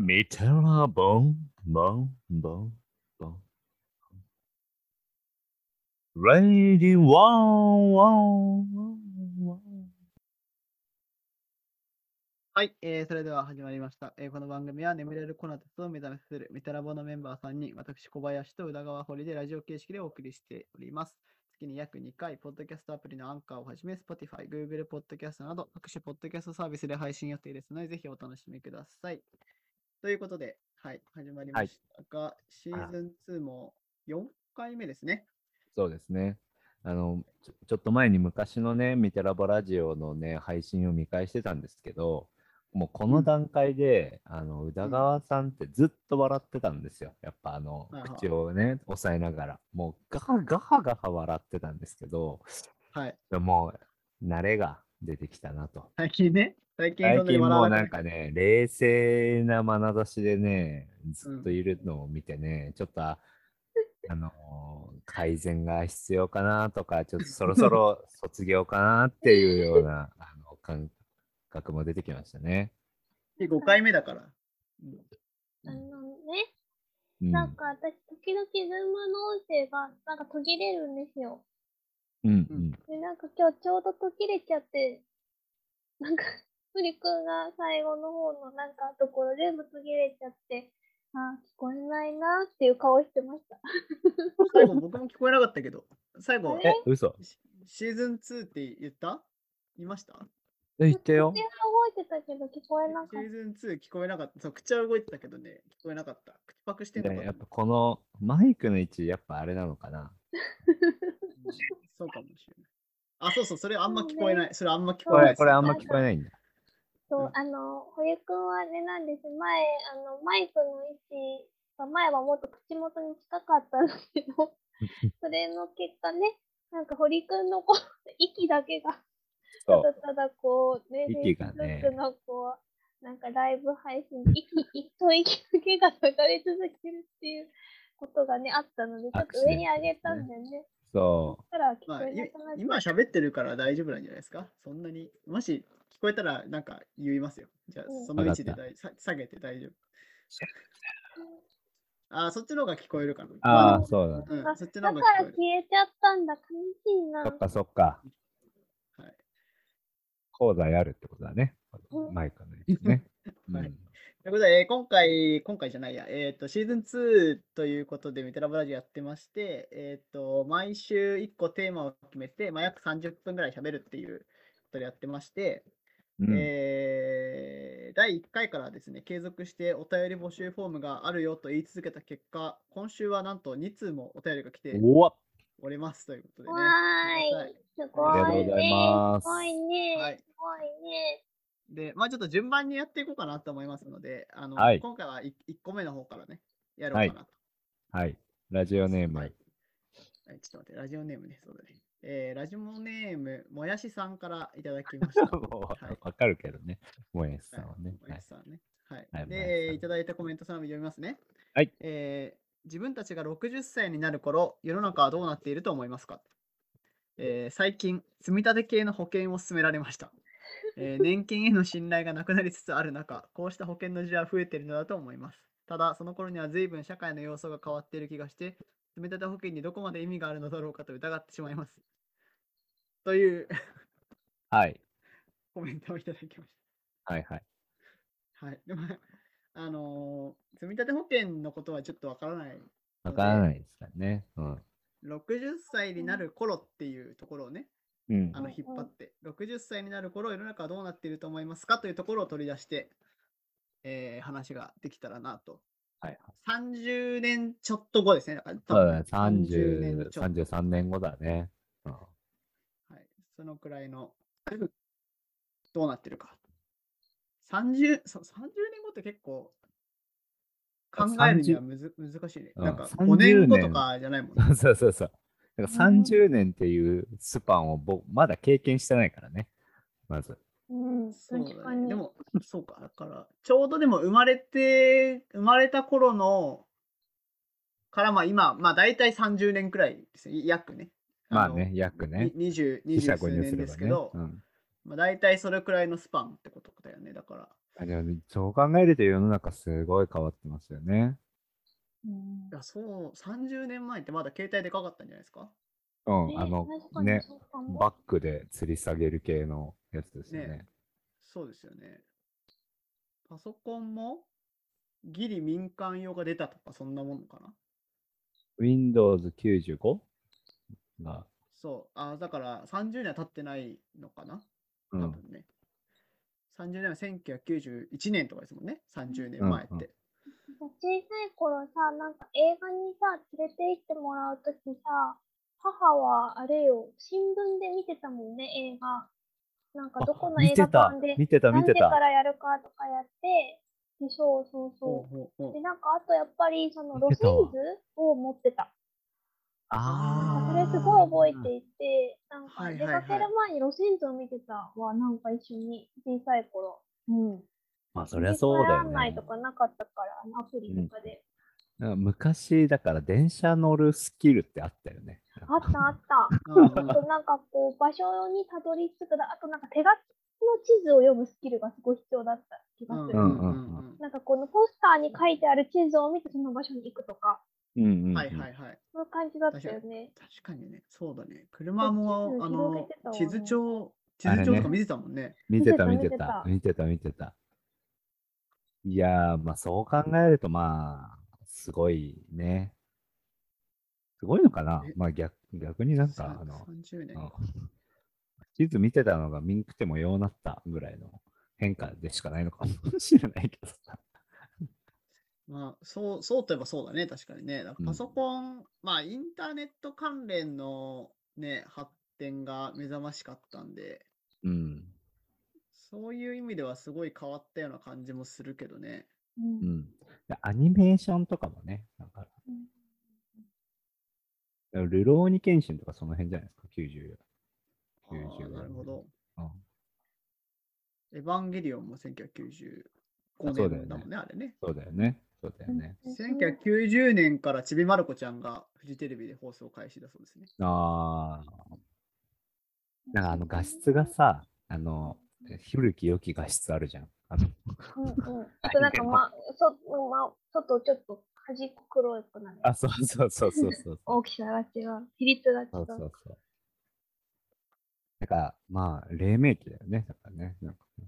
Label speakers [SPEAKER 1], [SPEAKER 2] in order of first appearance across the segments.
[SPEAKER 1] 見てらボンボンボンボン。Lady Wow Wow Wow
[SPEAKER 2] はい、えーそれでは始まりました、えーこの番組は眠れるコナテスを目覚めさせるメタラボのメンバーさんに私、小林と宇田川堀でラジオ形式でお送りしております。月に約2回、ポッドキャストアプリのアンカーをはじめ、Spotify、Google ポッドキャストなど各種ポッドキャストサービスで配信予定ですので、ぜひお楽しみください。ということで、はい、始まりましたが、シーズン2も4回目ですね。
[SPEAKER 1] そうですね。あのちょちょっと前に昔のね、ミテラボラジオのね、配信を見返してたんですけど、もうこ
[SPEAKER 2] う
[SPEAKER 1] の
[SPEAKER 2] ん
[SPEAKER 1] 段階で、あの宇田川さんってずっと笑ってたんですよ。やっぱあの
[SPEAKER 2] はいはい
[SPEAKER 1] 口をね、押さえながら、もうガハガハガハ笑ってたんですけど、
[SPEAKER 2] はい、
[SPEAKER 1] もう慣れが出てきたなと。
[SPEAKER 2] 最近ね、最近
[SPEAKER 1] 最
[SPEAKER 2] そんなに
[SPEAKER 1] 近
[SPEAKER 2] 笑
[SPEAKER 1] も
[SPEAKER 2] わ
[SPEAKER 1] うな
[SPEAKER 2] なんく
[SPEAKER 1] かね、冷静な眼差しでね、ずっといるのを見てね、ちょっと、ああのー改善が必要かなとか、ちょっとそろそろ卒業かなっていうようなあの感覚も出てきましたね。
[SPEAKER 2] て5回目だから。う
[SPEAKER 1] う
[SPEAKER 2] ん
[SPEAKER 1] ん
[SPEAKER 3] あのね、
[SPEAKER 1] うん、
[SPEAKER 3] なんか私、時々ズームの音声がなんか途切れるんですよ。
[SPEAKER 1] うん、うん
[SPEAKER 3] で、なんか今日ちょうど途切れちゃって、なんか、 ふりくんが最後の方のなんかところ全部途切れちゃって、あー聞こえないなーっていう顔してました。
[SPEAKER 2] 最後、僕も聞こえなかったけど、最後、
[SPEAKER 1] え、嘘
[SPEAKER 2] シシーズン2って言った言いました
[SPEAKER 1] え言って よ
[SPEAKER 3] 口。は動いてたけど聞こえなかっ
[SPEAKER 2] シ
[SPEAKER 3] た。
[SPEAKER 2] ーズン2聞こえなかった。そう、口は動いてたけどね、聞こえなかった。口パクしてんのか
[SPEAKER 1] ね
[SPEAKER 2] な
[SPEAKER 1] やっぱこのマイクの位置、やっぱあれなのかな。
[SPEAKER 2] うんそうかもしれない。あ、そうそう、それあんま聞こえない。それあんま聞
[SPEAKER 3] そ
[SPEAKER 2] こ
[SPEAKER 3] う
[SPEAKER 1] こ
[SPEAKER 2] えな
[SPEAKER 1] れ、
[SPEAKER 2] い。
[SPEAKER 1] これあんま聞こえないんだ。
[SPEAKER 3] そう、あの、堀江くんはね、なんです。前、あの、マイクの位置が前はもっと口元に近かったんだけど、それの結果ね、なんか堀江くんのこう、息だけが、た
[SPEAKER 1] そう
[SPEAKER 3] だただこう、ね、
[SPEAKER 1] 息がね
[SPEAKER 3] フェイスブックのこう、なんかライブ配信、息、一と息だけが流れ続けるっていうことがね、あったので、ちょっと上に上げたんだよね。
[SPEAKER 1] そ
[SPEAKER 3] そしたら聞
[SPEAKER 2] ま
[SPEAKER 3] こ
[SPEAKER 2] あ、
[SPEAKER 3] えないくなっちゃ
[SPEAKER 2] 今喋ってるから大丈夫なんじゃないですかそんなに。もし聞こえたらなんか言いますよ。じゃあ
[SPEAKER 3] う、ん
[SPEAKER 2] その位置で
[SPEAKER 1] わか
[SPEAKER 2] 大さ下げて大丈夫。あ、そっちの方が聞こえるかな。
[SPEAKER 1] う。
[SPEAKER 2] ま
[SPEAKER 1] ああ、そうだ。
[SPEAKER 2] うん、そっちの
[SPEAKER 3] だ
[SPEAKER 2] 方
[SPEAKER 3] か
[SPEAKER 2] が聞こえ
[SPEAKER 3] ら消
[SPEAKER 2] る。
[SPEAKER 3] えちゃったんだ、悲しいな。
[SPEAKER 1] そっかそっか。
[SPEAKER 2] はい。
[SPEAKER 1] 講座やるってことだね。
[SPEAKER 3] うん
[SPEAKER 1] マイクのやつね。
[SPEAKER 2] は
[SPEAKER 1] う
[SPEAKER 2] い
[SPEAKER 1] ん。
[SPEAKER 2] ということで、えー今回、今回じゃないや、えっ、と、シーズン2ということで、メテラブラジオやってまして、えっ、と、毎週1個テーマを決めて、まあ、約30分ぐらい喋るっていうことでやってまして、
[SPEAKER 1] うん
[SPEAKER 2] えー第1回からですね、継続してお便り募集フォームがあるよと言い続けた結果、今週はなんと2通もお便りが来て
[SPEAKER 1] おわ
[SPEAKER 2] おりますということでね。
[SPEAKER 3] わ
[SPEAKER 2] は
[SPEAKER 3] ーい
[SPEAKER 2] い。
[SPEAKER 3] す
[SPEAKER 2] ありが
[SPEAKER 3] ごいね。
[SPEAKER 2] とうご
[SPEAKER 1] ざいます
[SPEAKER 3] すごいね。
[SPEAKER 2] はい
[SPEAKER 3] すごいね。
[SPEAKER 2] で、まあちょっと順番にやっていこうかなと思いますので、あの、
[SPEAKER 1] はい
[SPEAKER 2] 今回は 1, 個目の方からね、やろうかなと。
[SPEAKER 1] はい。ラジオネーム。
[SPEAKER 2] はいはい、ちょっと待って、ラジオネームね、そうだね。えーラジオネーム、もやしさんからいただきました。
[SPEAKER 1] もうわ
[SPEAKER 2] はい
[SPEAKER 1] わかるけどね。もやしさんはね。
[SPEAKER 2] も
[SPEAKER 1] は
[SPEAKER 2] や
[SPEAKER 1] い
[SPEAKER 2] しさんね。はい。
[SPEAKER 1] はいもやし
[SPEAKER 2] で、
[SPEAKER 1] さん
[SPEAKER 2] いただいたコメントさんを読みますね。
[SPEAKER 1] はい。
[SPEAKER 2] えー自分たちが60歳になる頃、世の中はどうなっていると思いますか、えー最近、積み立て系の保険を勧められました。え ー年金への信頼がなくなりつつある中、こうした保険の需要は増えているのだと思います。ただ、その頃には随分社会の様相が変わっている気がして、積み立て保険にどこまで意味があるのだろうかと疑ってしまいます。という
[SPEAKER 1] はい。
[SPEAKER 2] コメントをいただきました。
[SPEAKER 1] はいはい。
[SPEAKER 2] はい。でも、あ のー積立保険のことはちょっとわからない。
[SPEAKER 1] わからないですからね。うん。
[SPEAKER 2] 60歳になる頃っていうところをね、
[SPEAKER 1] うん
[SPEAKER 2] あの、引っ張
[SPEAKER 3] うん
[SPEAKER 2] って、60歳になる頃、世の中はどうなっていると思いますかというところを取り出して、えー話ができたらなと。
[SPEAKER 1] はい。
[SPEAKER 2] 30年ちょっと後ですね。だから、多
[SPEAKER 1] そう
[SPEAKER 2] 分
[SPEAKER 1] だね。30
[SPEAKER 2] 30年ちょっと
[SPEAKER 1] 33年後だね。うん
[SPEAKER 2] はい、そのくらいの、 どうなってるか。30, そう30年後って結構、考えるにはむず難しいね。
[SPEAKER 1] うん
[SPEAKER 2] なんか
[SPEAKER 1] 30
[SPEAKER 2] 5年後と
[SPEAKER 1] 年
[SPEAKER 2] かじゃないもんね。
[SPEAKER 1] そうそうそうそう。だから
[SPEAKER 3] うん
[SPEAKER 1] 30年っていうスパンをぼまだ経験してないからね。まず。
[SPEAKER 3] うん、
[SPEAKER 2] そう
[SPEAKER 3] 確
[SPEAKER 2] だ
[SPEAKER 3] か
[SPEAKER 2] ね。
[SPEAKER 3] に。
[SPEAKER 2] でも、そうか。だから、ちょうどでも生まれて、生まれた頃の、からまあ今、まあ大体30年くらいですね。約ね。
[SPEAKER 1] まあ
[SPEAKER 2] の
[SPEAKER 1] ね、約ね。
[SPEAKER 2] に20、
[SPEAKER 1] 四
[SPEAKER 2] 20数年ですけど、
[SPEAKER 1] うん
[SPEAKER 2] まあ大体それくらいのスパンってことだよね。だから、
[SPEAKER 1] あでもそう考えると世の中すごい変わってますよね。
[SPEAKER 3] うん
[SPEAKER 2] いや、そう、30年前ってまだ携帯でかかったんじゃないですか
[SPEAKER 1] うん、あの
[SPEAKER 3] 確か、に
[SPEAKER 1] ね、
[SPEAKER 3] そうかも
[SPEAKER 1] バックで吊り下げる系のやつですよね。
[SPEAKER 2] ねそうですよね。パソコンもギリ民間用が出たとか、そんなものかな
[SPEAKER 1] Windows 95? が、
[SPEAKER 2] そう。あだから30年は経ってないのかな
[SPEAKER 1] う
[SPEAKER 2] 多
[SPEAKER 1] ん、
[SPEAKER 2] 分ね。30年は1991年とかですもんね。30
[SPEAKER 1] うん
[SPEAKER 2] 年前って。
[SPEAKER 1] うん
[SPEAKER 3] 小さい頃さ、なんか映画にさ、連れて行ってもらうときさ、母はあれよ、新聞で見てたもんね、映画。なんかどこの
[SPEAKER 1] 見
[SPEAKER 3] 映
[SPEAKER 1] て
[SPEAKER 3] 画
[SPEAKER 1] た
[SPEAKER 3] 館で、
[SPEAKER 1] 見てた見
[SPEAKER 3] 何
[SPEAKER 1] て
[SPEAKER 3] 時
[SPEAKER 1] た
[SPEAKER 3] からやるかとかやって、でそうそう
[SPEAKER 2] ほ
[SPEAKER 3] そう
[SPEAKER 2] ほうほ
[SPEAKER 3] う。
[SPEAKER 2] う
[SPEAKER 3] で、なんかあとやっぱりその路
[SPEAKER 1] 見て
[SPEAKER 3] 線
[SPEAKER 1] たわ
[SPEAKER 3] 図を持ってた。
[SPEAKER 2] あ
[SPEAKER 3] そ
[SPEAKER 2] ー
[SPEAKER 3] れすごい覚えていて、なん
[SPEAKER 2] は
[SPEAKER 3] か
[SPEAKER 2] い
[SPEAKER 3] 出
[SPEAKER 2] はいはい
[SPEAKER 3] かける前に路線図を見てたわ、なんか一緒に小さい頃。うん。
[SPEAKER 1] まあそりゃそうだよ
[SPEAKER 3] 案内
[SPEAKER 1] ね
[SPEAKER 3] と。かなかったから、あのアプリとかで。
[SPEAKER 1] なんか昔だから電車乗るスキルってあったよね。
[SPEAKER 3] あったあった。
[SPEAKER 2] うんうん
[SPEAKER 3] あとなんかこう場所にたどり着くだ、あとなんか手書きの地図を読むスキルがすごい必要だった気がす
[SPEAKER 2] うんう
[SPEAKER 3] る。
[SPEAKER 2] ん
[SPEAKER 1] うん
[SPEAKER 2] うん
[SPEAKER 3] なんかこのポスターに書いてある地図を見てその場所に行くとか、
[SPEAKER 1] うんうん
[SPEAKER 2] う
[SPEAKER 1] うんん
[SPEAKER 2] はいはいはい。
[SPEAKER 3] そういう感じだったよね。
[SPEAKER 2] 確かにね、そうだね。車も
[SPEAKER 3] 地、図
[SPEAKER 2] あ
[SPEAKER 3] 広
[SPEAKER 2] の
[SPEAKER 3] げてたわ、
[SPEAKER 2] 地図帳、地
[SPEAKER 1] あ
[SPEAKER 2] 図
[SPEAKER 1] れね
[SPEAKER 2] 帳とか見てたもんね。
[SPEAKER 1] 見てた見
[SPEAKER 3] 見て
[SPEAKER 1] て
[SPEAKER 3] た
[SPEAKER 1] た見てた見てた。いやー、まあそう考えるとまあ、すごいね。すごいのかな
[SPEAKER 2] え
[SPEAKER 1] まあ逆逆になんか
[SPEAKER 2] さ、
[SPEAKER 1] あの、
[SPEAKER 2] 30年
[SPEAKER 1] う。ん地図見てたのが見んくてもようなったぐらいの変化でしかないのか もしれないけどさ。
[SPEAKER 2] まあ、そう、そうといえばそうだね、確かにね。だ
[SPEAKER 1] う
[SPEAKER 2] から
[SPEAKER 1] ん
[SPEAKER 2] パソコン、まあ、インターネット関連のね、発展が目覚ましかったんで、
[SPEAKER 1] うん。
[SPEAKER 2] そういう意味ではすごい変わったような感じもするけどね。
[SPEAKER 3] うん
[SPEAKER 1] うん。でアニメーションとかもね、だから。だからルローニケンシンとかその辺じゃないですか、94。
[SPEAKER 2] あー
[SPEAKER 1] 94
[SPEAKER 2] なるほど。
[SPEAKER 1] うん
[SPEAKER 2] エヴァンゲリオンも1995
[SPEAKER 1] あそうだよね
[SPEAKER 2] 年だもんね、あれね。
[SPEAKER 1] そうだよね。そうだよね。
[SPEAKER 2] 1990年からちびまる子ちゃんがフジテレビで放送開始だそうですね。
[SPEAKER 1] ああ。なんかあの画質がさ、あの、古き良き画質あるじゃん。あの
[SPEAKER 3] うんうん。あとなんかま、そま、外ちょっと端っこ黒くなる。
[SPEAKER 1] あ、そうそうそうそう そう。
[SPEAKER 3] 大きさが違う。比率が違。
[SPEAKER 1] そうそううそう。だから、まあ、黎明期だよね。だからね。なんかね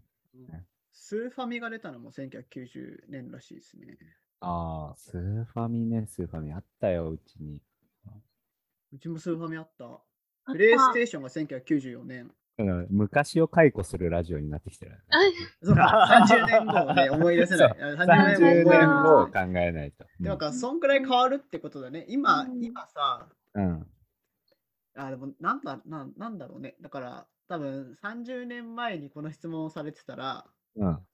[SPEAKER 2] スーファミが出たのも1990年らしいですね。
[SPEAKER 1] ああ、スーファミね、スーファミあったよ、うちに。
[SPEAKER 2] うちもスーファミあった。
[SPEAKER 3] あ
[SPEAKER 2] プレイステーションが1994年。
[SPEAKER 1] だから昔を解雇するラジオになってきてるよね、
[SPEAKER 2] そ うか、30年後をね、思い出せない。あ
[SPEAKER 3] 30年
[SPEAKER 1] 30
[SPEAKER 3] 後
[SPEAKER 2] な
[SPEAKER 1] 年
[SPEAKER 2] い
[SPEAKER 3] な
[SPEAKER 1] 後を考えないと。
[SPEAKER 2] でもなんか、そんくらい変わるってことだね。今、
[SPEAKER 3] うん
[SPEAKER 2] 今さ、
[SPEAKER 1] うんうん
[SPEAKER 2] あでもなんだなん、なんだろうね。だから、多分30年前にこの質問をされてたら、
[SPEAKER 1] うん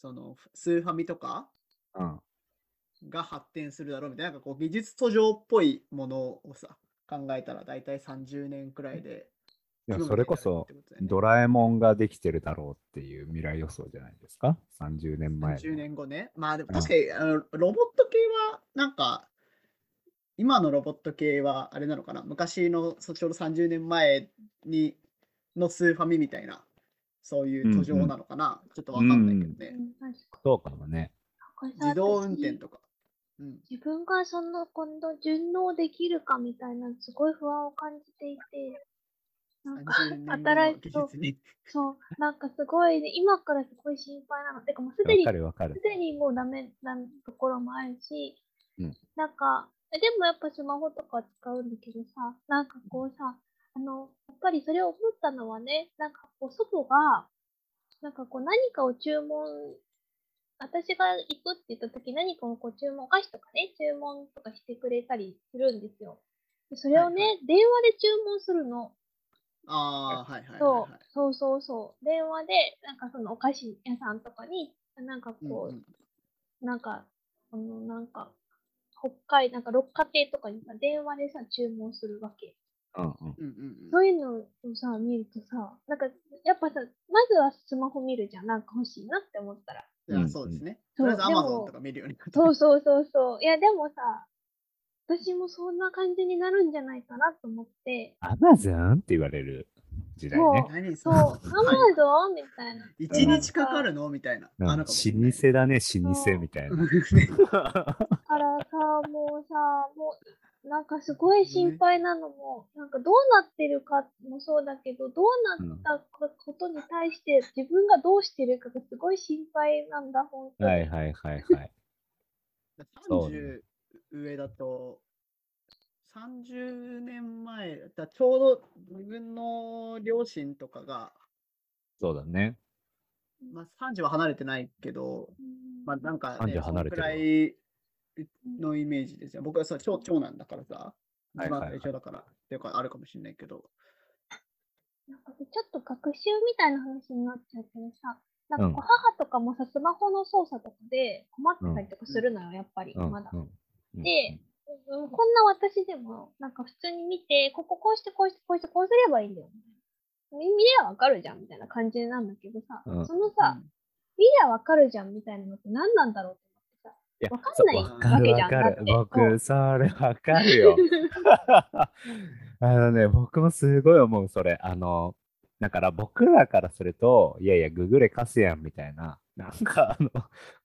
[SPEAKER 2] そのスーファミとか
[SPEAKER 1] うん
[SPEAKER 2] が発展するだろうみたいな、なんかこう、技術途上っぽいものをさ、考えたら大体30年くらいで。
[SPEAKER 1] いや
[SPEAKER 2] 今
[SPEAKER 1] それこそドラえもんができてるだろうっていう未来予想じゃないですか ?30 年前の。
[SPEAKER 2] 10年後ね。まあでも
[SPEAKER 1] うん
[SPEAKER 2] 確かに、あのロボット系はなんか今のロボット系はあれなのかな昔のそちょうど30年前にのスーファミみたいなそういう途上なのかな、ちょっとわかんないけどね。
[SPEAKER 1] そうかもね。
[SPEAKER 2] 自動運転とか。うん、
[SPEAKER 3] 自分がその今度順応できるかみたいなすごい不安を感じていてなんか
[SPEAKER 2] 30年後の
[SPEAKER 3] 新し
[SPEAKER 2] 技
[SPEAKER 3] そう
[SPEAKER 2] 術に。
[SPEAKER 3] そうなんかすごいね今からすごい心配なのてかもうす
[SPEAKER 1] わ
[SPEAKER 3] でに
[SPEAKER 1] かるわかる
[SPEAKER 3] す。でにもうダメなところもあるし、
[SPEAKER 1] うん
[SPEAKER 3] なんかえでもやっぱスマホとか使うんだけどさなんかこうさあのやっぱりそれを思ったのはねなんかこう祖母がなんかこう何かを注文私が行くって言った時何かをこう注文お菓子とかね注文とかしてくれたりするんですよでそれをね、
[SPEAKER 2] はい
[SPEAKER 3] 電話で注文するの
[SPEAKER 2] ああ、はいはいはい、は
[SPEAKER 3] そうそうそうそう電話でなんかそのお菓子屋さんとかになんかこ
[SPEAKER 2] い。
[SPEAKER 3] う、
[SPEAKER 2] うんうん
[SPEAKER 3] なんか、あの、なんか、北海、なんか六花亭とかにさ、電話でさ、注文するわけ。
[SPEAKER 1] うんうん
[SPEAKER 2] うんうん
[SPEAKER 3] そういうのをさ、見るとさ、なんか、やっぱさ、まずはスマホ見るじゃん。なんか欲しいなって思ったら。
[SPEAKER 2] うんいやそうですね。
[SPEAKER 3] そ
[SPEAKER 2] と
[SPEAKER 3] う
[SPEAKER 2] りあえず
[SPEAKER 3] でも
[SPEAKER 2] Amazon とか見るようになった
[SPEAKER 3] そうそうそうそう。いや、でもさ、私もそんな感じになるんじゃないかなと思って、
[SPEAKER 1] アマゾンって言われる。時代ね
[SPEAKER 3] も。
[SPEAKER 2] 何
[SPEAKER 3] そ、
[SPEAKER 2] そう
[SPEAKER 3] アマ
[SPEAKER 2] のは
[SPEAKER 3] ゾンみたいな。
[SPEAKER 2] い一日かかるのみたいな。
[SPEAKER 1] うん
[SPEAKER 2] あ
[SPEAKER 1] 老
[SPEAKER 2] の
[SPEAKER 1] 舗だね、老舗みたいな。
[SPEAKER 3] だからさ、もうさ、もう、なんかすごい心配なのも、なんかどうなってるかもそうだけど、どうなったことに対して自分がどうしてるかがすごい心配なんだ、本当に。
[SPEAKER 1] はいはいはいはい。そうね
[SPEAKER 2] 30上だと、30年前、だちょうど自分の両親とかが、
[SPEAKER 1] そうだね。
[SPEAKER 2] まあ、30は離れてないけど、
[SPEAKER 3] うん
[SPEAKER 2] まあ、なんか、
[SPEAKER 1] 30離れてるわ
[SPEAKER 2] そのくらいのイメージですよ。僕はそう長長男だからさ、
[SPEAKER 1] はいはいはい
[SPEAKER 2] まあ一緒だから、っていうかあるかもしれないけど。
[SPEAKER 3] なんかちょっと学習みたいな話になっちゃうけどさ、なんかこう
[SPEAKER 1] うん
[SPEAKER 3] 母とかもさ、スマホの操作とかで困ってたりとかするのよ、やっぱり、
[SPEAKER 1] うん
[SPEAKER 3] まだ。
[SPEAKER 1] うんうん
[SPEAKER 3] でうんこんな私でも、なんか普通に見て、こここうしてこうしてこうしてこうすればいいんだよ。み見りゃわかるじゃんみたいな感じなんだけどさ、
[SPEAKER 1] うん
[SPEAKER 3] そのさ、見りゃわかるじゃんみたいなのって何なんだろうって
[SPEAKER 1] いや
[SPEAKER 3] わかんない
[SPEAKER 1] そうわかる
[SPEAKER 3] わけじゃ
[SPEAKER 1] わ
[SPEAKER 3] ん
[SPEAKER 1] か
[SPEAKER 3] だっ
[SPEAKER 1] る。
[SPEAKER 3] てうん
[SPEAKER 1] 僕、それわかるよ。
[SPEAKER 3] 思ってさ。
[SPEAKER 1] あのね、僕もすごい思う、それ。あの、だから僕らからすると、いやいや、ググれ貸すやんみたいな、なんかあの、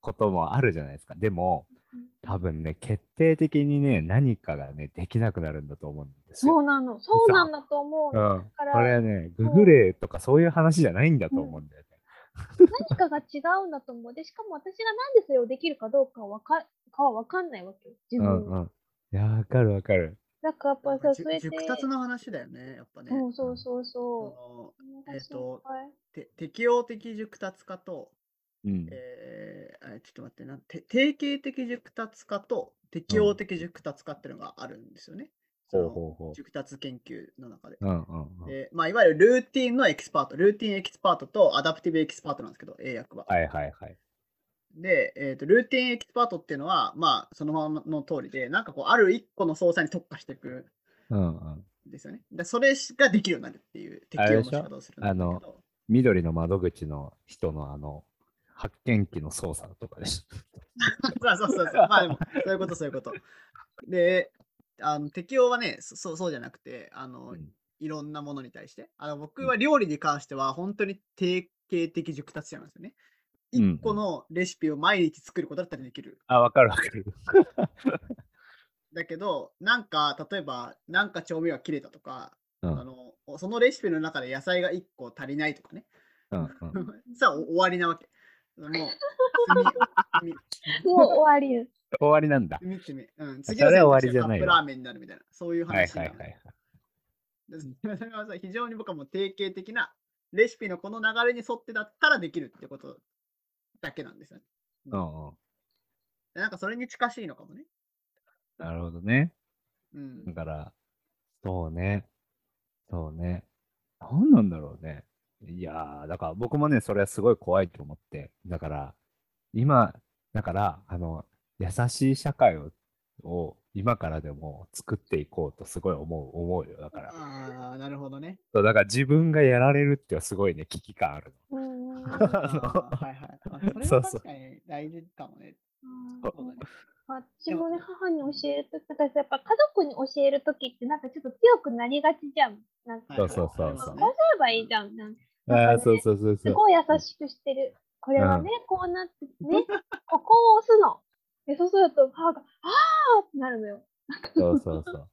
[SPEAKER 1] こともあるじゃないですか。でも
[SPEAKER 3] うん、
[SPEAKER 1] 多分ね、決定的にね、何かがね、できなくなるんだと思うんです
[SPEAKER 3] そ
[SPEAKER 1] よ。
[SPEAKER 3] うなの、そうなんだと思う
[SPEAKER 1] うん。
[SPEAKER 3] の。だから
[SPEAKER 1] これはね、ググれとかそういう話じゃないんだと思うんだよね。
[SPEAKER 3] 何かが違うんだと思う。で、しかも私がなんでそれをできるかどうかはわかかは分かんないわけよ。自
[SPEAKER 1] う
[SPEAKER 3] 分
[SPEAKER 1] ん
[SPEAKER 3] が。
[SPEAKER 1] うん。いや、わかるわかる。
[SPEAKER 3] なんかやっぱ
[SPEAKER 2] な
[SPEAKER 3] さ、
[SPEAKER 2] んか
[SPEAKER 3] それで。
[SPEAKER 2] 熟達の話だよね、やっぱね。
[SPEAKER 3] そうそうそう
[SPEAKER 2] そ
[SPEAKER 3] そ
[SPEAKER 2] の
[SPEAKER 3] う。なんか
[SPEAKER 2] えっと
[SPEAKER 3] 心配
[SPEAKER 2] て適応的熟達化と、
[SPEAKER 1] うん。
[SPEAKER 2] えーあちょっと待ってな、て定型的熟達化と適応的熟達化っていうのがあるんですよね。そ
[SPEAKER 1] ほう
[SPEAKER 2] の
[SPEAKER 1] ほうほ
[SPEAKER 2] 熟達研究の中で。
[SPEAKER 1] う。うんうんうん。
[SPEAKER 2] でまあ、いわゆるルーティンのエキスパート、ルーティンエキスパートとアダプティブエキスパートなんですけど、英訳は。
[SPEAKER 1] はいはいはい。
[SPEAKER 2] で、えーと、ルーティンエキスパートっていうのは、まあ、そのままの通りで、なんかこう、ある一個の操作に特化していく
[SPEAKER 1] うんうん。
[SPEAKER 2] んですよね。でそれができるようになるっていう適
[SPEAKER 1] あ
[SPEAKER 2] 応
[SPEAKER 1] れ
[SPEAKER 2] の
[SPEAKER 1] で
[SPEAKER 2] 仕
[SPEAKER 1] しょ
[SPEAKER 2] 方をするんだけ
[SPEAKER 1] あ
[SPEAKER 2] ど
[SPEAKER 1] の。緑の窓口の人のあの、発見器の操作とかです。
[SPEAKER 2] そうそうそうそう。まあでも、そういうこと、そういうこと。で、あの適応はね、そそうそうじゃなくて、あの、
[SPEAKER 1] うん
[SPEAKER 2] いろんなものに対して。あの僕は料理に関しては、本当に定型的熟達者なんですよね。
[SPEAKER 1] うんうん
[SPEAKER 2] 一個のレシピを毎日作ることだったらできる。
[SPEAKER 1] あ、わかるわかる。
[SPEAKER 2] だけど、なんか、例えば、なんか調味料が切れたとか、
[SPEAKER 1] うん
[SPEAKER 2] あのそのレシピの中で野菜が一個足りないとかね。
[SPEAKER 1] うんうん
[SPEAKER 2] さあ、お終わりなわけ。もう、積み、積み
[SPEAKER 3] もう終わりよ。
[SPEAKER 1] 終わりなんだ。
[SPEAKER 2] 見てみ。うん、
[SPEAKER 1] それは終わりじゃない
[SPEAKER 2] 次の選択肢はカップ
[SPEAKER 1] わ
[SPEAKER 2] ラーメンになるみたいな、そういう
[SPEAKER 1] はい
[SPEAKER 2] 話に
[SPEAKER 1] は
[SPEAKER 2] ないる。
[SPEAKER 1] はい。
[SPEAKER 2] だから非常に僕はもう定型的なレシピのこの流れに沿ってだったらできるってことだけなんですよね。
[SPEAKER 1] うんうん。
[SPEAKER 2] なんかそれに近しいのかもね。
[SPEAKER 1] なるほどね。
[SPEAKER 2] うん
[SPEAKER 1] だ。から、そうね。そうね。何なんだろうね。いやー、だから僕もね、それはすごい怖いと思って。だから、今、だから、あの、優しい社会を、を今からでも作っていこうとすごい思う、思うよ。だから。
[SPEAKER 2] ああ、なるほどね。
[SPEAKER 1] そうだから自分がやられるってすごいね、危機感ある
[SPEAKER 3] うんうんうん。
[SPEAKER 2] あーはいはいあ。それ
[SPEAKER 1] そ
[SPEAKER 2] は
[SPEAKER 1] うそう
[SPEAKER 2] 確かに大事かもね。そうだね
[SPEAKER 3] 私もね、母に教えるときとかさ、やっぱ家族に教えるときって、なんかちょっと強くなりがちじゃん。なんか、
[SPEAKER 2] はい
[SPEAKER 1] そ
[SPEAKER 2] は
[SPEAKER 1] うそ
[SPEAKER 2] い
[SPEAKER 1] うそう
[SPEAKER 2] あります
[SPEAKER 1] そ
[SPEAKER 3] こ
[SPEAKER 1] う
[SPEAKER 3] う
[SPEAKER 2] ね
[SPEAKER 3] すればいいじゃん。なんか
[SPEAKER 1] の。ああー、そうそうそうそ
[SPEAKER 3] す
[SPEAKER 1] う。
[SPEAKER 3] ごい優しくしてる。これはね、こうなって、ね、 ここを押すの。で、そうすると母が、あーってなるのよ。
[SPEAKER 1] そうそうそう。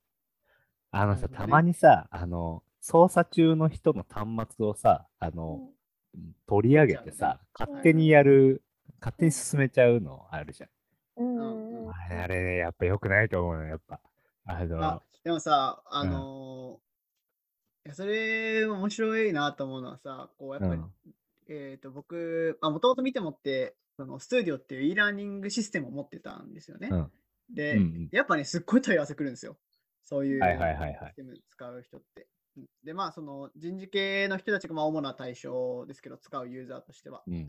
[SPEAKER 1] あの
[SPEAKER 2] な
[SPEAKER 1] さ、
[SPEAKER 2] るほど
[SPEAKER 1] た
[SPEAKER 2] ね
[SPEAKER 1] まにさ、あの、操作中の人の端末をさ、あの、取り上げてさ、
[SPEAKER 2] そうね
[SPEAKER 1] 勝手にやる、勝手に進めちゃうのあるじゃん。
[SPEAKER 3] うん
[SPEAKER 2] うん
[SPEAKER 3] うん。
[SPEAKER 1] あれ、あれね、やっぱ良くないと思うの、やっぱ。あ
[SPEAKER 2] あ
[SPEAKER 1] の、
[SPEAKER 2] でもさ、あ
[SPEAKER 1] うん
[SPEAKER 2] のーいやそれ面白いなと思うのはさ、こうやっぱり、
[SPEAKER 1] うん
[SPEAKER 2] えっ、と、僕、もともと見てもって、そのストゥーディオっていう e ラーニングシステムを持ってたんですよね。
[SPEAKER 1] うん
[SPEAKER 2] で、
[SPEAKER 1] うんうん
[SPEAKER 2] やっぱね、すっごい問い合わせくるんですよ。そういう
[SPEAKER 1] はいはいはいはい
[SPEAKER 2] システム使う人って。うんで、まあ、その人事系の人たちがまあ主な対象ですけど、使うユーザーとしては。
[SPEAKER 1] うん。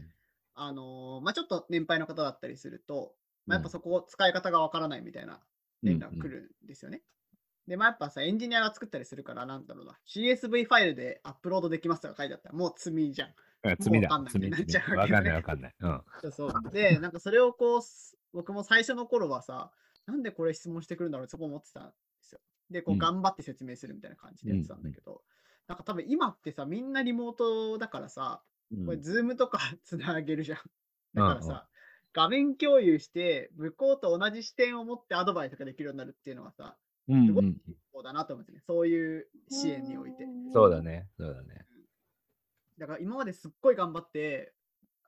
[SPEAKER 2] あのーまあ、ちょっと年配の方だったりすると、まあ、やっ
[SPEAKER 1] う
[SPEAKER 2] ぱ
[SPEAKER 1] ん
[SPEAKER 2] そこを使い方がわからないみたいな連
[SPEAKER 1] うんう
[SPEAKER 2] 絡
[SPEAKER 1] ん
[SPEAKER 2] 来るんですよね。で、まあ、やっぱさ、エンジニアが作ったりするから、なんだろうな、CSV ファイルでアップロードできますとか書いてあったら、もう罪じゃん。
[SPEAKER 1] うん罪だ
[SPEAKER 2] もうわかんな。い
[SPEAKER 1] 罪
[SPEAKER 2] なっちゃう
[SPEAKER 1] 罪
[SPEAKER 2] わ
[SPEAKER 1] わ
[SPEAKER 2] け
[SPEAKER 1] か
[SPEAKER 2] よ
[SPEAKER 1] ん
[SPEAKER 2] ね
[SPEAKER 1] ないわかんない。うん。
[SPEAKER 2] そうそう。で、なんかそれをこう、す僕も最初の頃はさ、なんでこれ質問してくるんだろうってそこ思ってたんですよ。で、こ
[SPEAKER 1] う
[SPEAKER 2] うん頑張って説明するみたいな感じでやってたんだけど、なんか多分今ってさ、みんなリモートだからさ、
[SPEAKER 1] うん
[SPEAKER 2] これ、ズームとか つなげるじゃん。だから
[SPEAKER 1] うんうん
[SPEAKER 2] さ、画面共有して、向こうと同じ視点を持ってアドバイスができるようになるっていうのはさ、
[SPEAKER 1] うん
[SPEAKER 2] すご
[SPEAKER 1] う
[SPEAKER 2] い
[SPEAKER 1] ん
[SPEAKER 2] そうだなと思ってね、そういう支援において。。
[SPEAKER 1] そうだ。ね、そうだね。
[SPEAKER 2] だから今まですっごい頑張って、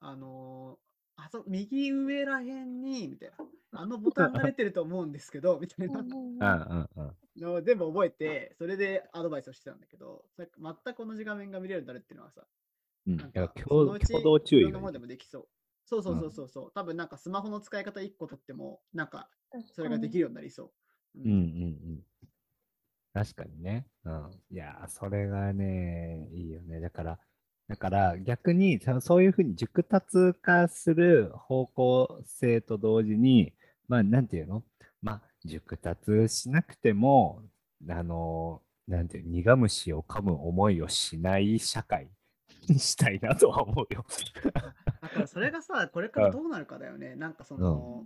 [SPEAKER 2] あのーあそ右上らへんに、みたいな、あのボタンが出てると思うんですけど、みたいな
[SPEAKER 1] うんうんうん。
[SPEAKER 2] のを全部覚えて、それでアドバイスをしてたんだけど、それ全く同じ画面が見れるようになるっていうのはさ、
[SPEAKER 1] うん、
[SPEAKER 2] ないん
[SPEAKER 1] や
[SPEAKER 2] かその
[SPEAKER 1] 共
[SPEAKER 2] うち
[SPEAKER 1] 共同注
[SPEAKER 2] いろ
[SPEAKER 1] 意
[SPEAKER 2] ん
[SPEAKER 1] が
[SPEAKER 2] なものでもできそう。そうそうそうそうそう、多分なんかスマホの使い方1個とっても、なんかそれができ
[SPEAKER 3] る。
[SPEAKER 2] るようになりそう。
[SPEAKER 1] うんうんうん。確かにね。うん。いやー、それがね、いいよね。だから、だから逆に、そそういうふうに熟達化する方向性と同時に、まあ、なんていうのまあ、熟達しなくても、あのー、なんていう、苦虫を噛む思いをしない社会にしたいなとは思 うよ。
[SPEAKER 2] だからそれ がさ、これから
[SPEAKER 1] うん
[SPEAKER 2] どうなるかだよね。なんかそ
[SPEAKER 1] うん
[SPEAKER 2] の、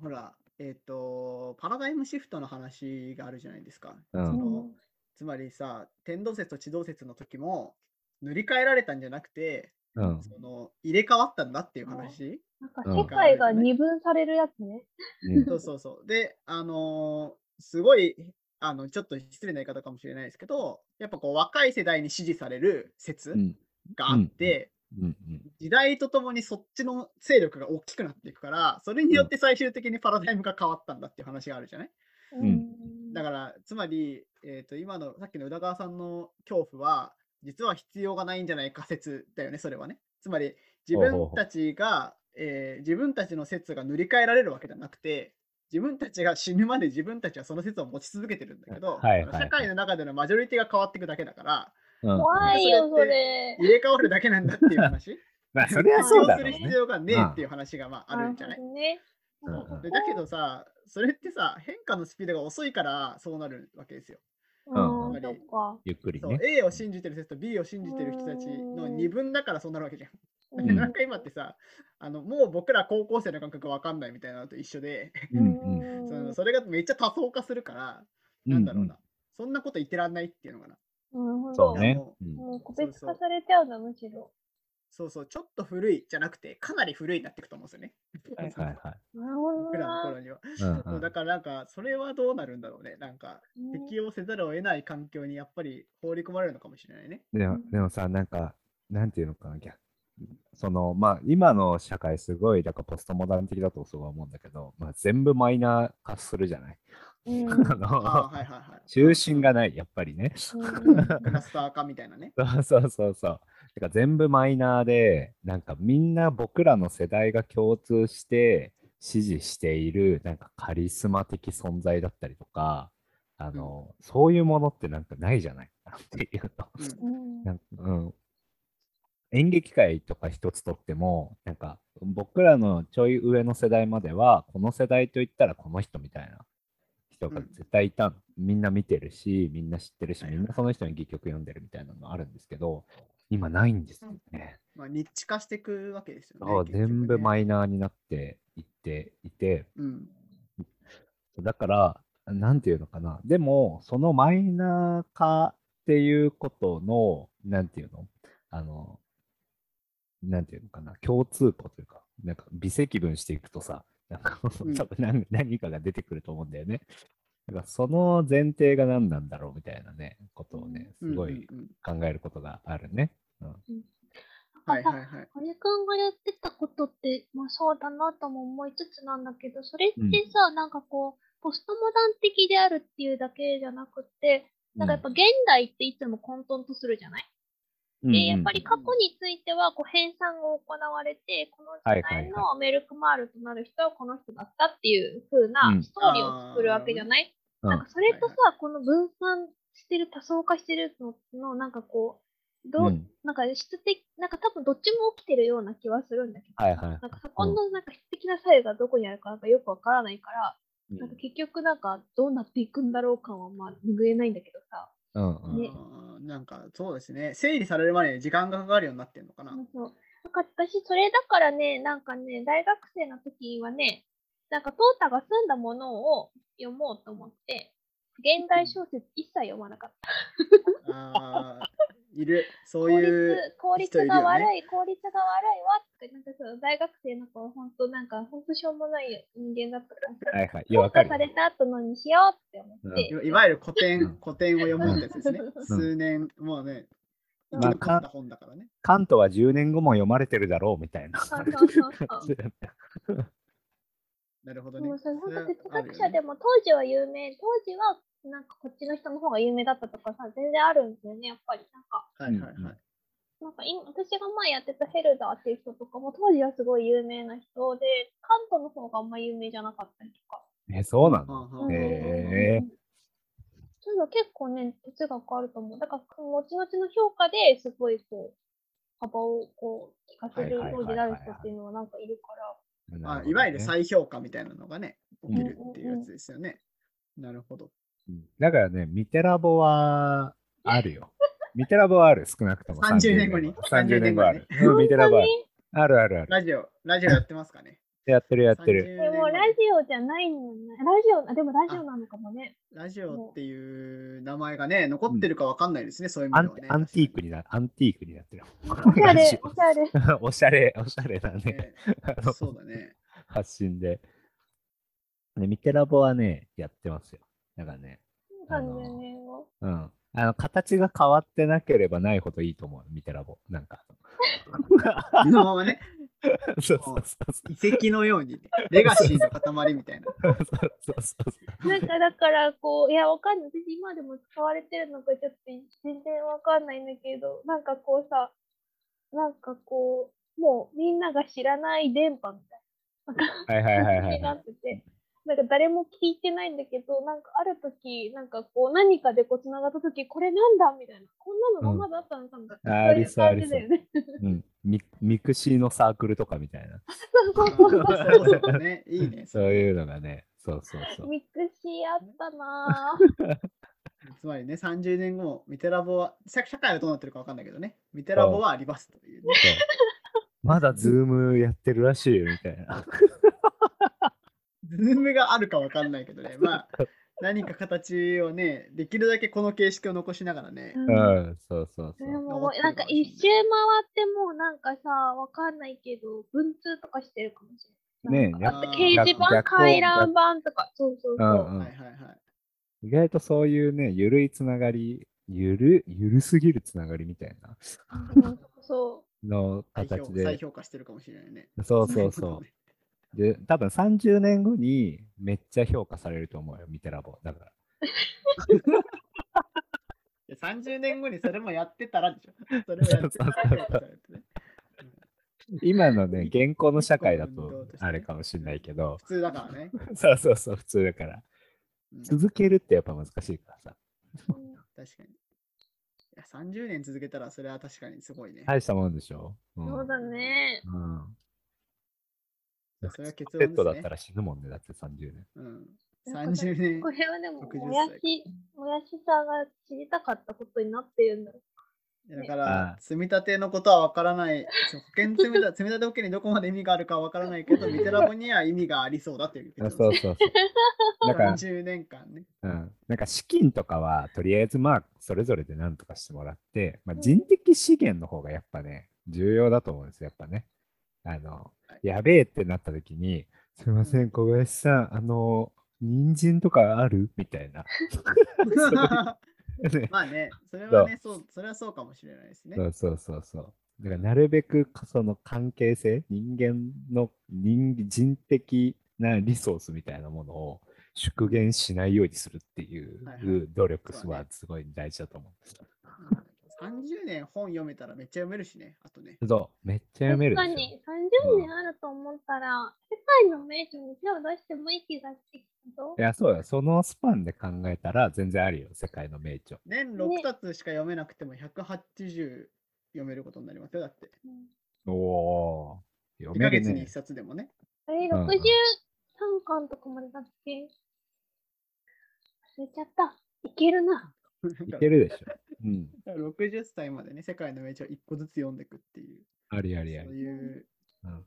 [SPEAKER 2] ほら、えっ、と、パラダイムシフトの話があるじゃないですか。
[SPEAKER 1] うん
[SPEAKER 2] そ
[SPEAKER 3] うん
[SPEAKER 2] のつまりさ、天動説と地動説の時も、塗り替えられたんじゃなくて、
[SPEAKER 1] うん。
[SPEAKER 2] その入れ替わったんだっていう話。
[SPEAKER 3] なんか世界が二分されるやつね。
[SPEAKER 1] うん
[SPEAKER 2] そうそうそう。で、あのーすごい、あの、ちょっと失礼な言い方かもしれないですけど、やっぱこう、若い世代に支持される説
[SPEAKER 1] うん
[SPEAKER 2] があって、
[SPEAKER 1] うんうん
[SPEAKER 2] 時代とともにそっちの勢力が大きくなっていくから、それによって最終的にパラダイムが変わったんだっていう話があるじゃないだから、つまり、えっ、と、今の、さっきの宇田川さんの恐怖は、実は必要がないんじゃないか説だよね、それはね。つまり、自
[SPEAKER 1] ほうほ
[SPEAKER 2] 分
[SPEAKER 1] うほう
[SPEAKER 2] たちが、えー自分たちの説が塗り替えられるわけじゃなくて、自分たちが死ぬまで自分たちはその説を持ち続けてるんだけど、
[SPEAKER 1] はいはい
[SPEAKER 2] あの社会の中でのマジョリティが変わっていくだけだから、
[SPEAKER 1] うん。
[SPEAKER 3] 怖いよ、それ。
[SPEAKER 2] 入れ替わるだけなんだっていう話。
[SPEAKER 1] まあ、 それはそうだろう
[SPEAKER 2] 必要する
[SPEAKER 1] ね
[SPEAKER 2] 必。要がねえっていう話がまああるんじゃない
[SPEAKER 3] ね。
[SPEAKER 1] うんうん
[SPEAKER 2] でだけどさ、それってさ、変化のスピードが遅いからそうなるわけですよ。
[SPEAKER 3] うん、そっか。
[SPEAKER 1] ゆっくり
[SPEAKER 2] そう
[SPEAKER 1] ね。
[SPEAKER 2] A を信じてる人と B を信じてる人たちの二分だからそうなるわけじゃん。だってなんか今ってさ、あのもう僕ら高校生の感覚わかんないみたいなのと一緒で、そのそれがめっちゃ多層化するから、なんだろうな、そんなこと言ってらんないっていうのかな。
[SPEAKER 3] うん、
[SPEAKER 1] そうね。うん
[SPEAKER 3] もう個別化されちゃうんだ、むしろ。
[SPEAKER 2] そうそう、ちょっと古いじゃなくて、かなり古いになっていくと思うんですよね。
[SPEAKER 1] はいはいはい。
[SPEAKER 3] なるほど
[SPEAKER 2] 僕らの
[SPEAKER 3] な。
[SPEAKER 2] 頃には。
[SPEAKER 1] うん
[SPEAKER 2] そううんだからなんか、それはどうなるんだろうね。なんか、適応せざるを得ない環境にやっぱり放り込まれるのかもしれないね。
[SPEAKER 1] でもでもさ、なんか、なんていうのかな、逆その、まあ、今の社会すごい、だからポストモダン的だとそうは思うんだけど、まあ、全部マイナー化するじゃない。
[SPEAKER 3] うん
[SPEAKER 1] あ
[SPEAKER 2] あ
[SPEAKER 1] の
[SPEAKER 2] あ、はいはいはい。
[SPEAKER 1] 中心がない、やっぱりね。
[SPEAKER 2] クラスター化みたいなね。
[SPEAKER 1] そう そうそうそう。てか全部マイナーで、なんかみんな僕らの世代が共通して支持している、なんかカリスマ的存在だったりとか、あの、そういうものってなんかないじゃない なんていうの。
[SPEAKER 2] うん
[SPEAKER 3] うん
[SPEAKER 1] なんかうん、演劇界とか一つとってもなんか僕らのちょい上の世代まではこの世代といったらこの人みたいな人が絶対いた、みんな見てるしみんな知ってるし
[SPEAKER 2] はいはい
[SPEAKER 1] みんなその人に戯曲読んでるみたいなのがあるんですけど今ないんですよね。
[SPEAKER 2] まあ、ニッチ化していくわけですよね。
[SPEAKER 1] そう全部マ
[SPEAKER 2] イ、
[SPEAKER 1] イナーになっていっていて
[SPEAKER 2] うん、
[SPEAKER 1] だから、なんていうのかな。でも、そのマイナー化っていうことの、なんていうのあの、なんていうのかな。共通項というか、なんか微積分していくとさ、なんか
[SPEAKER 2] うん
[SPEAKER 1] 多分何何かが出てくると思うんだよね。だからその前提が何なんだろうみたいなね、ことをね、すごい
[SPEAKER 2] うんうんうん
[SPEAKER 1] 考えることがあるね。
[SPEAKER 2] はいはいはい。
[SPEAKER 3] 堀くんがやってたことって、まあそうだなとも思いつつなんだけど、それってさ、なんかこう、ポストモダン的であるっていうだけじゃなくて、なんかやっぱ現代っていつも混沌とするじゃない、
[SPEAKER 1] うん
[SPEAKER 3] で、やっぱり
[SPEAKER 1] うん
[SPEAKER 3] 過去についてはこう編纂が行われて、この
[SPEAKER 1] はい
[SPEAKER 3] 時
[SPEAKER 1] はいはい
[SPEAKER 3] 代のメルクマールとなる人はこの人だったっていう風な
[SPEAKER 1] うん
[SPEAKER 3] ストーリーを作るわけじゃない、
[SPEAKER 1] うん
[SPEAKER 3] なんかそれとさ
[SPEAKER 2] は、
[SPEAKER 3] この分散してる、多層化してるのの、なんかこう、どう、
[SPEAKER 1] うん
[SPEAKER 3] なんか質的、なんか多分どっちも起きてるような気はするんだけど、
[SPEAKER 1] はいはい
[SPEAKER 3] なんかそこのなんか質的な作用がどこにあるかなんかよくわからないから、
[SPEAKER 1] うん
[SPEAKER 3] なんか結局なんかどうなっていくんだろう感はまあ拭えないんだけどさ、
[SPEAKER 1] うん
[SPEAKER 2] あ
[SPEAKER 1] うん
[SPEAKER 3] ね
[SPEAKER 2] ーなんかそうですね。整理されるまでに時間がかかるようになってるのかな。
[SPEAKER 3] そうそう。なんか私、それだからね、なんかね、大学生の時はね、なんか、トータが住んだものを読もうと思って、現代小説一切読まなかった。
[SPEAKER 2] あいる。そう
[SPEAKER 3] 効
[SPEAKER 2] い
[SPEAKER 3] 率
[SPEAKER 2] う。
[SPEAKER 3] 効
[SPEAKER 2] 人い
[SPEAKER 3] 率
[SPEAKER 2] るよね
[SPEAKER 3] が悪い効率が悪いわってなんかその大学生の子本当なんか本当しょうもない人間だから
[SPEAKER 1] はいはい。いや、
[SPEAKER 3] 評
[SPEAKER 1] わかる
[SPEAKER 3] 価さ。れた後のにしようって思って、
[SPEAKER 2] いわいわゆる古
[SPEAKER 1] う
[SPEAKER 2] 典
[SPEAKER 1] ん、
[SPEAKER 2] 古典を読むってやつですね。
[SPEAKER 1] うん
[SPEAKER 2] 数年、もうね、
[SPEAKER 3] う
[SPEAKER 2] 生
[SPEAKER 3] ん
[SPEAKER 2] き残った本だからね。
[SPEAKER 1] 関東は10年後も読まれてるだろうみたいな。
[SPEAKER 3] そうそうそうそう
[SPEAKER 2] なるほど
[SPEAKER 3] で
[SPEAKER 2] ね
[SPEAKER 3] も。それなんか哲
[SPEAKER 2] あるよ
[SPEAKER 3] 学者で
[SPEAKER 2] ね
[SPEAKER 3] も当時は有名当時はなんかこっちの人の方が有名だったとかさ全然あるんですよねやっぱりなんか
[SPEAKER 2] はいはい
[SPEAKER 1] うんう
[SPEAKER 2] は
[SPEAKER 1] ん
[SPEAKER 2] い。
[SPEAKER 3] なんか今私が前やってたヘルダーっていう人とかも当時はすごい有名な人で関東の方があんま有名じゃなかったりとか
[SPEAKER 1] え、そうなの
[SPEAKER 2] はあはあ
[SPEAKER 1] へえ
[SPEAKER 3] そういうの結構ね、哲学あると思う。だから、後々の評価ですごいこう、幅をこう、聞かせる
[SPEAKER 1] はいはい
[SPEAKER 3] よう
[SPEAKER 1] はいはいはい
[SPEAKER 3] になる人っていうのはなんかいるから。
[SPEAKER 2] まあ、いわゆる
[SPEAKER 1] 最
[SPEAKER 2] 再評価みたいなのがね、起きるっていううんやつですよね。なるほど。
[SPEAKER 1] だからね、ミテラボはあるよ。ミテラボはある、少なくとも。
[SPEAKER 2] 30年後に
[SPEAKER 1] 30年後ある。うんミ
[SPEAKER 3] 本
[SPEAKER 1] テラボ
[SPEAKER 3] 当
[SPEAKER 1] ある。
[SPEAKER 3] に
[SPEAKER 1] あるあるある。
[SPEAKER 2] ラジオ、ラジオやってますかね
[SPEAKER 1] やってるやってる。
[SPEAKER 2] 30
[SPEAKER 3] で
[SPEAKER 2] 年後
[SPEAKER 3] も
[SPEAKER 2] に
[SPEAKER 3] ラジオじゃないのね。ラジオ、あでもラジオなのかもね。
[SPEAKER 2] ラジオっていう名前がね、残ってるかわかんないですね、そういう意
[SPEAKER 1] ア
[SPEAKER 2] 味
[SPEAKER 1] ン
[SPEAKER 2] ではね。
[SPEAKER 1] アンティークになアンティークになってる。
[SPEAKER 3] おしゃれ、おしゃれ。
[SPEAKER 1] おしゃれ、おしゃれだね。
[SPEAKER 2] ね
[SPEAKER 1] あ の
[SPEAKER 2] そうだね。
[SPEAKER 1] 発信で。で、ミテラボはね、やってますよ。だからね、
[SPEAKER 3] 30年後。
[SPEAKER 1] うん。あの、形が変わってなければないほどいいと思う、ミテラボ。なんか。
[SPEAKER 2] そのま まね、
[SPEAKER 1] そうそうそうそう。
[SPEAKER 2] 遺跡のように、レガシーの塊みた いな。
[SPEAKER 1] そうそうそうそう。
[SPEAKER 3] なんかだからこう、いや、わかんない。私今でも使われてるのかちょっと全然わかんないんだけど、なんかこうさ、なんかこう、もうみんなが知らない電波みたい
[SPEAKER 1] はいはいはいは
[SPEAKER 3] な
[SPEAKER 1] い
[SPEAKER 3] い感じにな
[SPEAKER 1] はい。
[SPEAKER 3] ってて、なんか誰も聞いてないんだけど、なんかある時、なんかこう何かでこう繋がった時、これなんだみたいな。こんなのがまだあったのかみたいな。
[SPEAKER 1] あーありそう
[SPEAKER 3] い
[SPEAKER 1] あ
[SPEAKER 3] 感
[SPEAKER 1] り
[SPEAKER 3] じ
[SPEAKER 1] そ
[SPEAKER 3] だ
[SPEAKER 1] う
[SPEAKER 3] よ。ね。
[SPEAKER 1] うん。ミミクシーのサークルとかみたいな。
[SPEAKER 3] そうそう
[SPEAKER 2] そ
[SPEAKER 3] そうう。
[SPEAKER 2] そうね、いいね。
[SPEAKER 1] そういうのがね。そうそう そう。
[SPEAKER 3] ミクシーあったなぁ。
[SPEAKER 2] つまりね、30年後も、ミテラボは、社社会はどうなってるかわかんないけどね、ミテラボはありますというね、
[SPEAKER 1] そうまだズームやってるらしいよみたいな。
[SPEAKER 2] ズームがあるかわかんないけどね、まあ、何か形をね、できるだけこの形式を残しながらね、
[SPEAKER 1] うん、そうそうそ
[SPEAKER 3] で
[SPEAKER 1] う。
[SPEAKER 3] も
[SPEAKER 2] ってる
[SPEAKER 3] なん
[SPEAKER 2] か
[SPEAKER 3] か
[SPEAKER 2] もしれない
[SPEAKER 3] 一周回ってもうなんかさわかんないけど文通とかしてるかもしれない。
[SPEAKER 1] ねえ
[SPEAKER 3] なんか
[SPEAKER 2] ね
[SPEAKER 3] あと掲示板
[SPEAKER 1] 逆
[SPEAKER 3] 回覧板とかそうそう
[SPEAKER 1] う
[SPEAKER 3] そ
[SPEAKER 1] ん
[SPEAKER 3] う。
[SPEAKER 1] うん
[SPEAKER 2] はいはいはい。
[SPEAKER 1] 意外とそういうね、ゆるいつながり、ゆる、ゆるすぎるつながりみたいな
[SPEAKER 3] うんそ
[SPEAKER 1] の
[SPEAKER 2] 再評
[SPEAKER 1] 形
[SPEAKER 2] 再
[SPEAKER 1] で。
[SPEAKER 2] 評価してるかもしれないね。
[SPEAKER 1] そうそうそう。で、多分30年後にめっちゃ評価されると思うよ、ミテラボ。だから。
[SPEAKER 2] いや30年後にそれもやってた らでしょ。それをやってたら評価されてね
[SPEAKER 1] 今のね、現行の社会だとあれかもしれないけど
[SPEAKER 2] 普、通だからね。
[SPEAKER 1] そうそうそう、普通だから。
[SPEAKER 2] うん確
[SPEAKER 1] 続けるってやっぱ難しいからさ。
[SPEAKER 3] う。うん
[SPEAKER 2] かに。いや30年続けたらそれは確かにすごいね。
[SPEAKER 1] 大したもんでしょ。うん
[SPEAKER 3] そうだ ね。
[SPEAKER 1] うん。
[SPEAKER 2] それは結
[SPEAKER 1] ペ
[SPEAKER 2] 論です
[SPEAKER 1] ッ
[SPEAKER 2] ね
[SPEAKER 1] トだったら死ぬもんね、だって30年。
[SPEAKER 2] うん、30年
[SPEAKER 3] こ。れはでも
[SPEAKER 2] 60
[SPEAKER 3] もやしもやしさんが知りたかったことになってるんだろ
[SPEAKER 2] いやだか
[SPEAKER 1] あ
[SPEAKER 2] ら
[SPEAKER 1] あ、
[SPEAKER 2] 積み立てのことはわからない。そう保険積み立て 積み立て保険にどこまで意味があるかわからないけど、ミテラボには意味がありそうだという
[SPEAKER 1] あ
[SPEAKER 2] 結
[SPEAKER 1] そ
[SPEAKER 2] 論
[SPEAKER 1] う
[SPEAKER 2] です。
[SPEAKER 1] そうそう。だから、
[SPEAKER 2] 30年間ね。
[SPEAKER 1] うん、なんか資金とかは、とりあえずまあ、それぞれで何とかしてもらって、まあ、人的資源の方がやっぱね、重要だと思うんですよ、やっぱね。あの、やべえってなった時に、すいません、小林さん、あの、人参とかあるみたいな。ね
[SPEAKER 2] まあね、それはね、そう、それはそうかもしれないですね
[SPEAKER 1] そ。うそうそうそう。だからなるべくかその関係性、人間の人人的なリソースみたいなものを縮減しないようにするって
[SPEAKER 2] はい
[SPEAKER 1] い
[SPEAKER 2] は
[SPEAKER 1] う努力
[SPEAKER 2] そうだ
[SPEAKER 1] は
[SPEAKER 2] ね
[SPEAKER 1] すごい大事だと思うんですよ。
[SPEAKER 2] 30年本読めたらめっちゃ読めるしね、あとね。
[SPEAKER 1] そう、めっちゃ
[SPEAKER 3] う。
[SPEAKER 1] 読める
[SPEAKER 3] 確
[SPEAKER 1] で
[SPEAKER 3] か
[SPEAKER 1] しょ。
[SPEAKER 3] に30年あると思ったら、世界の名所に手を出してもいい気がしてきたぞ
[SPEAKER 1] い。や、そうよ。そのスパンで考えたら全然あるよ、世界の名著。
[SPEAKER 2] 年6冊しか読めなくても180読めることになりますよ。だって、
[SPEAKER 3] う
[SPEAKER 1] お
[SPEAKER 3] ん
[SPEAKER 1] おー。
[SPEAKER 2] 2
[SPEAKER 1] 読
[SPEAKER 2] ヶ
[SPEAKER 1] める
[SPEAKER 2] 月に1
[SPEAKER 1] ね。
[SPEAKER 2] 冊でもね。
[SPEAKER 3] えー、
[SPEAKER 1] うんうん
[SPEAKER 3] 63巻とかまでだっけ忘れちゃった。いけるな。
[SPEAKER 1] いけるでしょ。うん。
[SPEAKER 2] 60歳までね、世界の名著を1個ずつ読んでいくっていう、
[SPEAKER 1] ありあ
[SPEAKER 2] そう
[SPEAKER 1] りあり。
[SPEAKER 2] いう、
[SPEAKER 1] うん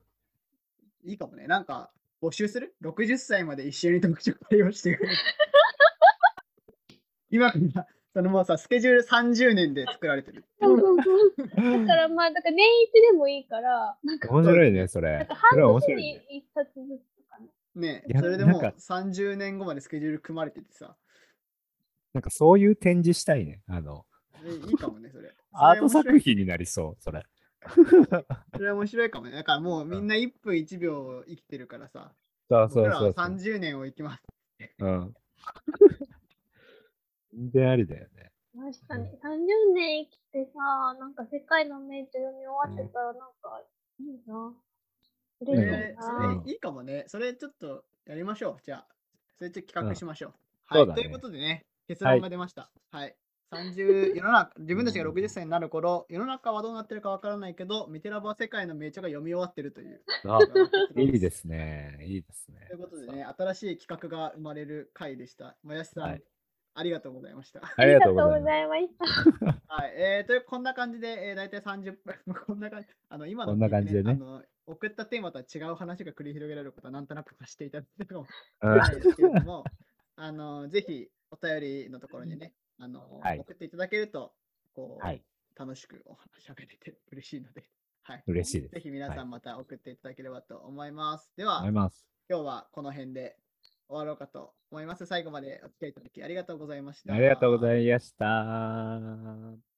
[SPEAKER 2] いいかもね。なんか、募集する ?60 歳まで一緒に読書会をしてくれる。今からそのもうさ、スケジュール30年で作られてる。
[SPEAKER 3] そうそうそう。だからまあ、だから年一でもいいから、なんか、
[SPEAKER 1] 面白いね、それ。それは面
[SPEAKER 3] 半年
[SPEAKER 1] 白いね。
[SPEAKER 3] に一冊ずつとかね。
[SPEAKER 2] ね
[SPEAKER 1] いや
[SPEAKER 2] それでもう
[SPEAKER 1] なんか
[SPEAKER 2] 30年後までスケジュール組まれててさ。
[SPEAKER 1] なんかそういう展示したいね。あの、
[SPEAKER 2] えいいかもね、 それ。
[SPEAKER 1] アート
[SPEAKER 2] それ面白
[SPEAKER 1] 作
[SPEAKER 2] い。
[SPEAKER 1] 品になりそう、それ。
[SPEAKER 2] それ面白いかもね。だからもうみんな1分1秒生きてるからさ。
[SPEAKER 1] そうそう
[SPEAKER 2] 僕ら
[SPEAKER 1] そ
[SPEAKER 2] は
[SPEAKER 1] うそう。
[SPEAKER 2] 30年を生きます。
[SPEAKER 1] うん。全然ありだよね。
[SPEAKER 3] 確かに、30年生きてさ、なんか世界の名著読み終わってたら、なんか、いいな。嬉しい
[SPEAKER 2] えー
[SPEAKER 3] な。
[SPEAKER 2] そ
[SPEAKER 1] うん
[SPEAKER 2] れいいかもね。それちょっとやりましょう。じゃあ、それちょっと企画しましょう。
[SPEAKER 1] うん
[SPEAKER 2] はい、
[SPEAKER 1] そうだ
[SPEAKER 2] と
[SPEAKER 1] ね
[SPEAKER 2] いうことでね、結
[SPEAKER 1] は
[SPEAKER 2] 論
[SPEAKER 1] い
[SPEAKER 2] が出ました。はい。30世の中自分たちが60歳になる頃、世の中はどうなってるかわからないけど、ミテラボは世界の名著が読み終わってるという。。
[SPEAKER 1] あいいですすね。いいですね。
[SPEAKER 2] ということでね、新しい企画が生まれる回でした。もやしさん、
[SPEAKER 1] はい
[SPEAKER 2] ありがとうございました。
[SPEAKER 1] ありがとうございます。
[SPEAKER 3] ざいました。
[SPEAKER 2] はい、えー、というこんな感じで、えー、大体30分、こんな 感じ、あの今の
[SPEAKER 1] こんな感じでね
[SPEAKER 2] 聞いてあの送ったテーマとは違う話が繰り広げられることはなんとなくしていただいてるかも し
[SPEAKER 1] う
[SPEAKER 2] れ
[SPEAKER 1] ん
[SPEAKER 2] ないですけれども、あのぜひお便りのところにね、あの
[SPEAKER 1] はい
[SPEAKER 2] 送っていただけるとこう、
[SPEAKER 1] はい。
[SPEAKER 2] 楽しくお話しゃべれて嬉しいので、はい、
[SPEAKER 1] 嬉しいです。
[SPEAKER 2] ぜひ皆さ
[SPEAKER 1] はい
[SPEAKER 2] んまた送っていただければと思います。で
[SPEAKER 1] 思
[SPEAKER 2] は、
[SPEAKER 1] います。
[SPEAKER 2] 今日はこの辺で終わろうかと思います。最後までお付き合いいただきありがとうございました。
[SPEAKER 1] ありがとうございました。